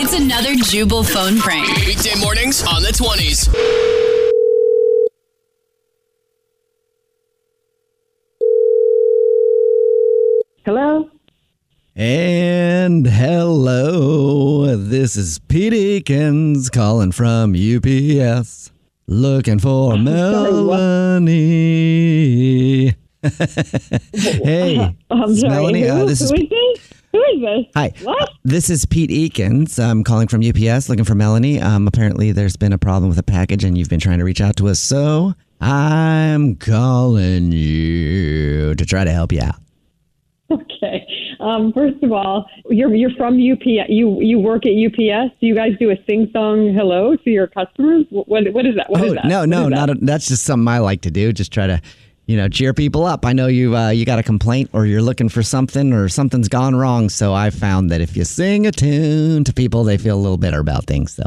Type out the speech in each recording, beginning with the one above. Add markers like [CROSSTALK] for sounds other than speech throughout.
It's another Jubal phone prank. Weekday mornings on the 20s. Hello? And hello, this is Pete Eakins calling from UPS, looking [LAUGHS] for Melanie. hey, I'm it's sorry. Melanie. Who, Uh, this is who [LAUGHS] Pete. this? Who is this? Hi. What? This is Pete Eakins. I'm calling from UPS looking for Melanie. Um, apparently, there's been a problem with a package and you've been trying to reach out to us. So I'm calling you to try to help you out. Okay. Um, first of all, you're you're from UPS. You you work at UPS. Do you guys do a sing song hello to your customers? What what, what is that? What is oh, that? no, What no, is that? not a, that's just something I like to do. Just try to, you know, cheer people up. I know you uh, you got a complaint or you're looking for something or something's gone wrong. So I found that if you sing a tune to people, they feel a little better about things. So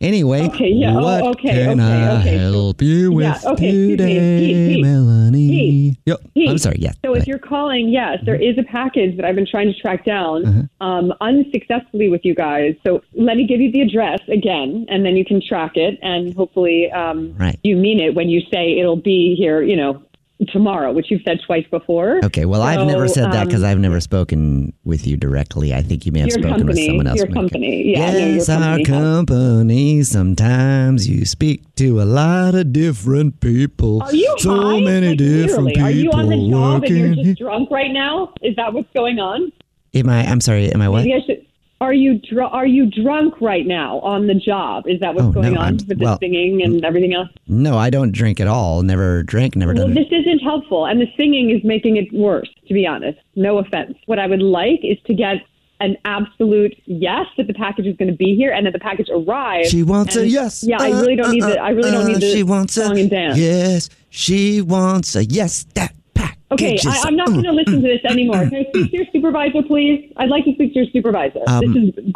anyway, Okay, yeah, oh, what okay, can okay, I okay, so- help you with Yeah, okay, excuse me, today, Pete, Pete, Melanie? Yep, Pete, I'm sorry. Yes. So if you're calling, yes, there is Mm-hmm. a package that I've been trying to track down um, unsuccessfully with you guys. So let me give you the address again, and then you can track it, and hopefully um, Right. you mean it when you say it'll be here, you know, tomorrow, which you've said twice before. Okay, well, I've never So, said that um, because I've never spoken with you directly. I think you may have Your spoken with company, someone else. your from your co- company. Yeah, no, your yes, our company has. company. Sometimes you speak to a lot of different people. Are you so high? many Like, different literally, people Are you on the job and working. you're just drunk right now? Is that what's going on? am I? I'm sorry. Am I what? Maybe I should. Are you dr- are you drunk right now on the job? Is that what's Oh, going no, on I'm- with the well, singing and everything else? No, I don't drink at all. Never drank. Never Well, done. this isn't helpful, and the singing is making it worse. To be honest, no offense. What I would like is to get an absolute yes that the package is going to be here and that the package arrives. She wants and- a yes. Yeah, I Uh, really don't need uh, the. I really uh, don't need the She wants song a and dance. yes. She wants a yes. That package. Okay, I, is- I'm not uh, going to listen to this anymore. Can I speak to your supervisor, please? I'd like to speak to your supervisor. Um, this is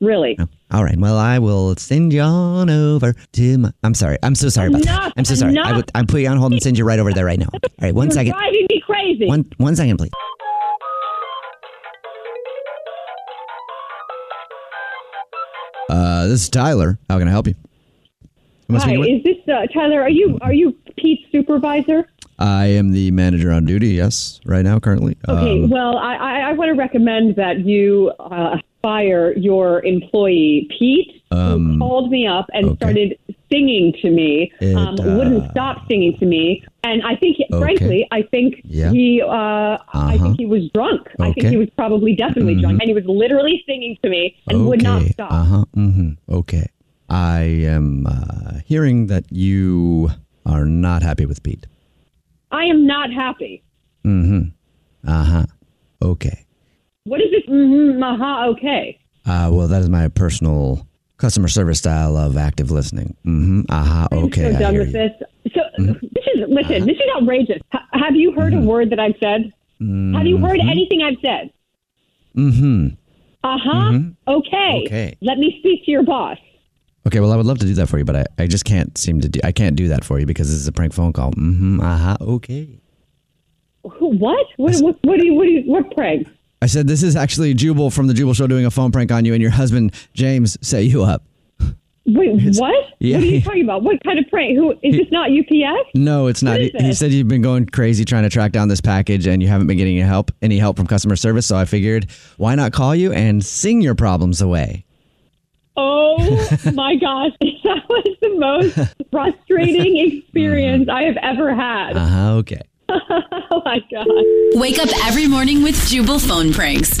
really. All right. Well, I will send you on over to my. I'm sorry. I'm so sorry about Enough, that. I'm so sorry. I enough. would. I put you on hold and send you right over there right now. All right. One You're second. driving me crazy. One one second, please. Uh, this is Tyler. How can I help you? Am I Hi, speaking with- is this uh, Tyler? Are you are you Pete's supervisor? I am the manager on duty. Yes, right now, currently. Okay, Um, well, I, I, I want to recommend that you uh, fire your employee, Pete, who called me up and Um, okay. started singing to me, It, um, uh, wouldn't stop singing to me. And I think, Okay. frankly, I think Yeah. he, uh, I Uh-huh. think he was drunk. I think Okay. Mm-hmm. he was probably definitely drunk, and he was literally singing to me and would not Okay, stop. Uh-huh. hmm Okay. I am uh, hearing that you are not happy with Pete. I am not happy. Mm-hmm. Uh-huh. Okay. What is this? Mm-hmm, aha, okay. Uh, well, that is my personal customer service style of active listening. Mm-hmm. Aha. I'm Okay. so I done hear with you. Mm-hmm. this. So this is listen. This is outrageous. H- have you heard a word that I've said? Have you heard anything I've said? Mm-hmm. Uh huh. Okay. Okay. Let me speak to your boss. Okay, well, I would love to do that for you, but I, I just can't seem to do. I can't do that for you because this is a prank phone call. Mm-hmm. Uh-huh. Okay. Who- What? What? What? What? Do you, what, do you, what prank? I said this is actually Jubal from the Jubal Show doing a phone prank on you, and your husband James set you up. Wait, what? Yeah. What are you talking about? What kind of prank? Who is this? Not UPS? No, it's not. What He, is he this? said you've been going crazy trying to track down this package, and you haven't been getting any help, any help from customer service. So I figured, why not call you and sing your problems away? [LAUGHS] Oh my gosh, [LAUGHS] that was the most [LAUGHS] frustrating experience I have ever had. Uh-huh. Okay. [LAUGHS] Oh my gosh. Wake up every morning with Jubal phone pranks.